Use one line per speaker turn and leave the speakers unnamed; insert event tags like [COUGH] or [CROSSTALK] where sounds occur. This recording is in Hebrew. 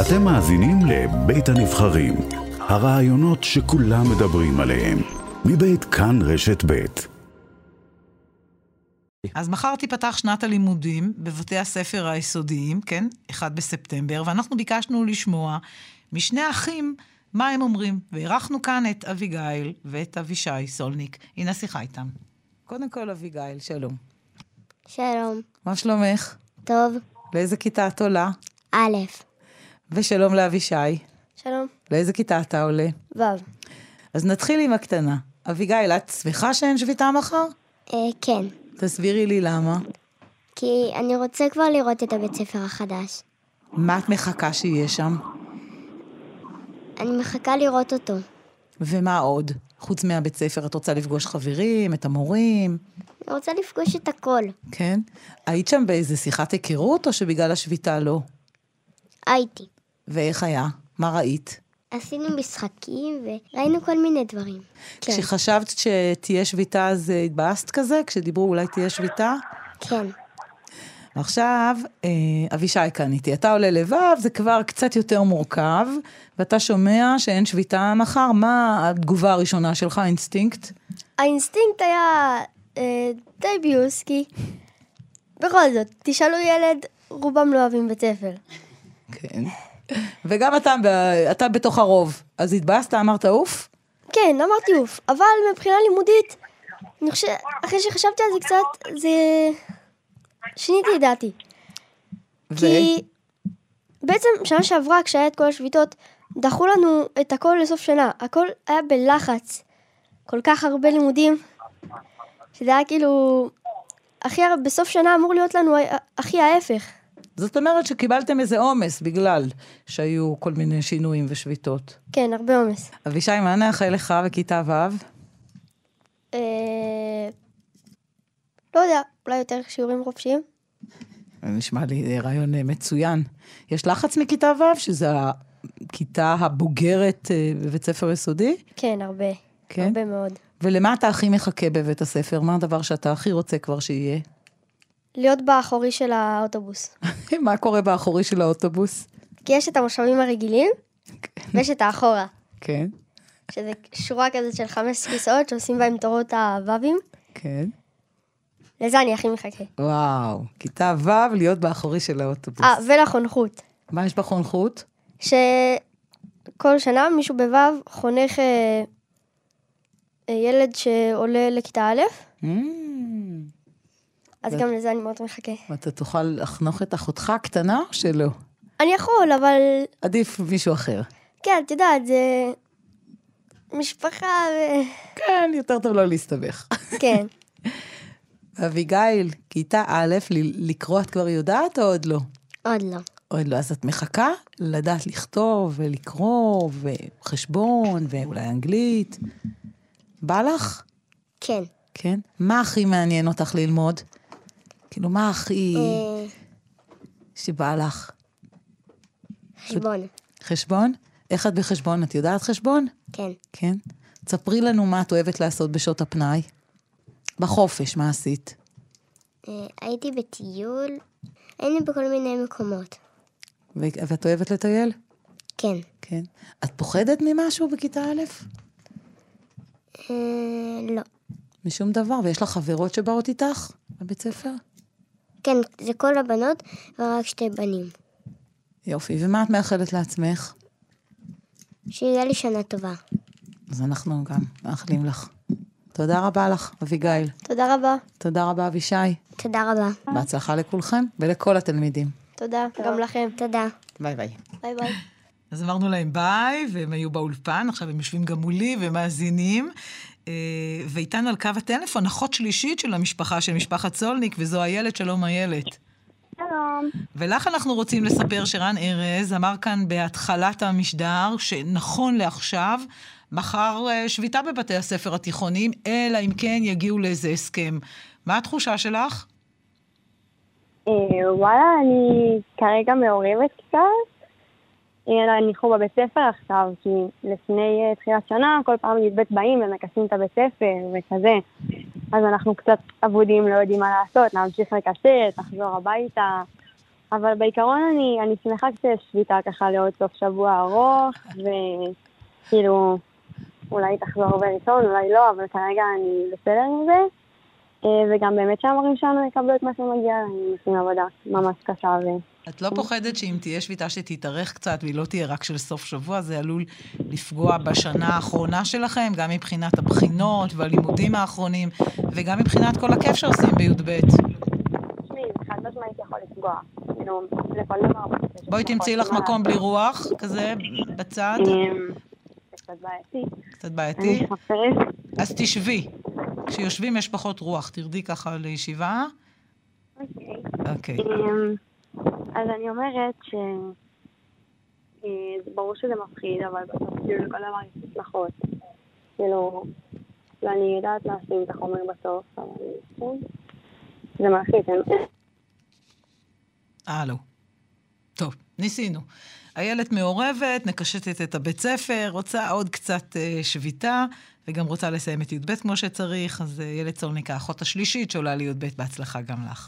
אתם מאזינים לבית הנבחרים, הרעיונות שכולם מדברים עליהם, מבית כאן רשת בית.
אז מחר תיפתח שנת הלימודים בבתי הספר היסודיים, כן? 1 בספטמבר, ואנחנו ביקשנו לשמוע משני האחים מה הם אומרים, ואירחנו כאן את אביגיל ואת אבישי סולניק. הנה השיחה איתם. קודם כל, אביגיל, שלום.
שלום,
מה שלומך?
טוב,
לאיזה כיתה את עולה?
א',
ושלום לאבישי.
שלום,
לאיזה כיתה אתה עולה?
ו',
אז נתחיל עם הקטנה. אביגיל, את שמחה שאין שביתה מחר?
אה, כן,
תסבירי לי למה.
כי אני רוצה כבר לראות את הבית ספר החדש.
מה את מחכה שיהיה שם?
אני מחכה לראות אותו.
ומה עוד? חוץ מהבית ספר, את רוצה לפגוש חברים, את המורים,
אני רוצה לפגוש את הכל.
כן? היית שם באיזה שיחת היכרות, או שבגלל השביתה לא?
הייתי.
ואיך היה? מה ראית?
עשינו משחקים וראינו כל מיני דברים. כן,
כשחשבת שתהיה שביתה, אז אה, התבאסת כזה? כשדיברו אולי תהיה שביתה?
כן,
עכשיו, אה, אבישי כאן איתי. אתה עולה לבב, זה כבר קצת יותר מורכב, ואתה שומע שאין שביתה מחר. מה התגובה הראשונה שלך, אינסטינקט?
האינסטינקט היה אה, די ביוסקי. בכל זאת, תשאלו ילד, רובם לא אוהבים בית ספר.
כן. וגם אתה, ב- אתה בתוך הרוב. אז התבאסת, אמרת אוף?
כן, אמרתי אוף, אבל מבחינה לימודית, אני חושב, אחרי שחשבתי על זה קצת, זה... שיניתי את דעתי. כי בעצם שנה שעברה, כשהיה את כל השביתות, דחו לנו את הכל לסוף שנה. הכל היה בלחץ. כל כך הרבה לימודים, שזה היה כאילו... הכי הר- בסוף שנה אמור להיות לנו ה- הכי ההפך.
זאת אומרת שקיבלתם איזה עומס בגלל שהיו כל מיני שינויים ושביתות.
כן, הרבה עומס.
אבישי, מה נאחל לך בכיתה ו'?
אה, לא יודע, אולי יותר שיעורים חופשיים?
נשמע לי אה, רעיון אה, מצוין. יש לחץ מכיתה ו', שזה הכיתה הבוגרת אה, בבית ספר יסודי?
כן, הרבה.
כן?
הרבה מאוד.
ולמה אתה הכי מחכה בבית הספר? מה הדבר שאתה הכי רוצה כבר שיהיה?
להיות באחורי של האוטובוס.
[LAUGHS] מה קורה באחורי של האוטובוס?
כי יש את המושבים הרגילים, ויש את האחורה.
כן,
שזה שורה כזאת של חמש כיסאות שעושים בהם תורות הוואבים.
כן.
לזה אני הכי מחכה.
וואו, כיתה ו' להיות באחורי של האוטובוס.
אה, ולחונכות.
מה יש בחונכות?
שכל שנה מישהו בו' חונך אה, אה, ילד שעולה לכיתה א',
Mm.
אז
כן.
גם לזה אני מאוד מחכה.
אתה תוכל לחנוך את אחותך הקטנה או שלא?
אני יכול, אבל
עדיף מישהו אחר.
כן, את יודעת, זה משפחה ו...
כן, יותר טוב לא להסתבך.
כן.
[LAUGHS] אביגיל, כיתה א', ל- לקרוא את כבר יודעת או עוד לא?
[LAUGHS] עוד לא.
עוד לא, אז את מחכה לדעת לכתוב ולקרוא וחשבון ואולי אנגלית. בא לך?
כן,
כן. מה הכי מעניין אותך ללמוד? כאילו, מה הכי
אה,
שבא לך?
חשבון,
חשבון? איך את בחשבון? את יודעת חשבון?
כן.
כן. תספרי לנו מה את אוהבת לעשות בשעות הפנאי. בחופש, מה עשית?
אה, הייתי בטיול, היינו בכל מיני מקומות.
ו- ואת אוהבת לטייל?
כן.
כן. את פוחדת ממשהו בכיתה א'?
אה, לא.
משום דבר. ויש לך חברות שבאות איתך לבית ספר?
כן, זה כל הבנות ורק שתי בנים.
יופי. ומה את מאחלת לעצמך?
שיהיה לי שנה טובה.
אז אנחנו גם מאחלים לך. תודה רבה לך, אביגיל.
תודה רבה.
תודה רבה, אבישי.
תודה רבה.
בהצלחה לכולכם ולכל התלמידים.
תודה, גם לכם.
תודה.
ביי ביי.
ביי ביי.
אז אמרנו להם ביי, והם היו באולפן, עכשיו הם יושבים גם מולי ומאזינים. אה, ואיתנו על קו הטלפון אחות שלישית של המשפחה, של משפחת סולניק, וזו איילת, שלום איילת.
שלום.
ולך אנחנו רוצים לספר שרן ארז אמר כאן בהתחלת המשדר, שנכון לעכשיו, מחר אה, שביתה בבתי הספר התיכוניים, אלא אם כן יגיעו לאיזה הסכם. מה התחושה שלך?
אה, וואלה, אני כרגע מעורבת קצת. אה, הניחו בבית ספר עכשיו, כי לפני אה, תחילת שנה, כל פעם י"ב באים ומכסים את הבית ספר וכזה. אז אנחנו קצת אבודים, לא יודעים מה לעשות, להמשיך לקשר, לחזור הביתה, אבל בעיקרון אני, אני שמחה כשיש שביתה ככה לעוד סוף שבוע ארוך, וכאילו, אולי תחזור בראשון, אולי לא, אבל כרגע אני בסדר עם זה. אה, וגם באמת שהמורים שלנו יקבלו את מה שמגיע להם, עושים עבודה ממש קשה. ו...
את לא פוחדת שאם תהיה שביתה שתתארך קצת והיא לא תהיה רק של סוף שבוע, זה עלול לפגוע בשנה האחרונה שלכם, גם מבחינת הבחינות והלימודים האחרונים, וגם מבחינת כל הכיף שעושים בי"ב.
כאילו,
בואי תמצאי לך מקום בלי רוח, כזה בצד.
אה, קצת בעייתי.
קצת בעייתי. אז תשבי. כשיושבים יש פחות רוח, תרדי ככה לישיבה.
אוקיי.
אוקיי.
אז אני אומרת ש... אה, זה ברור שזה מפחיד, אבל בסוף כאילו לכל דבר יש הצלחות. כאילו, ואני יודעת להשלים את החומר בסוף, אבל זה כן. מלחיץ.
הלו. טוב, ניסינו. איילת מעורבת, מקשטת את הבית ספר, רוצה עוד קצת אה, שביתה, וגם רוצה לסיים את י"ב כמו שצריך, אז איילת אה, סולניק, האחות השלישית, שעולה לי"ב, בהצלחה גם לך.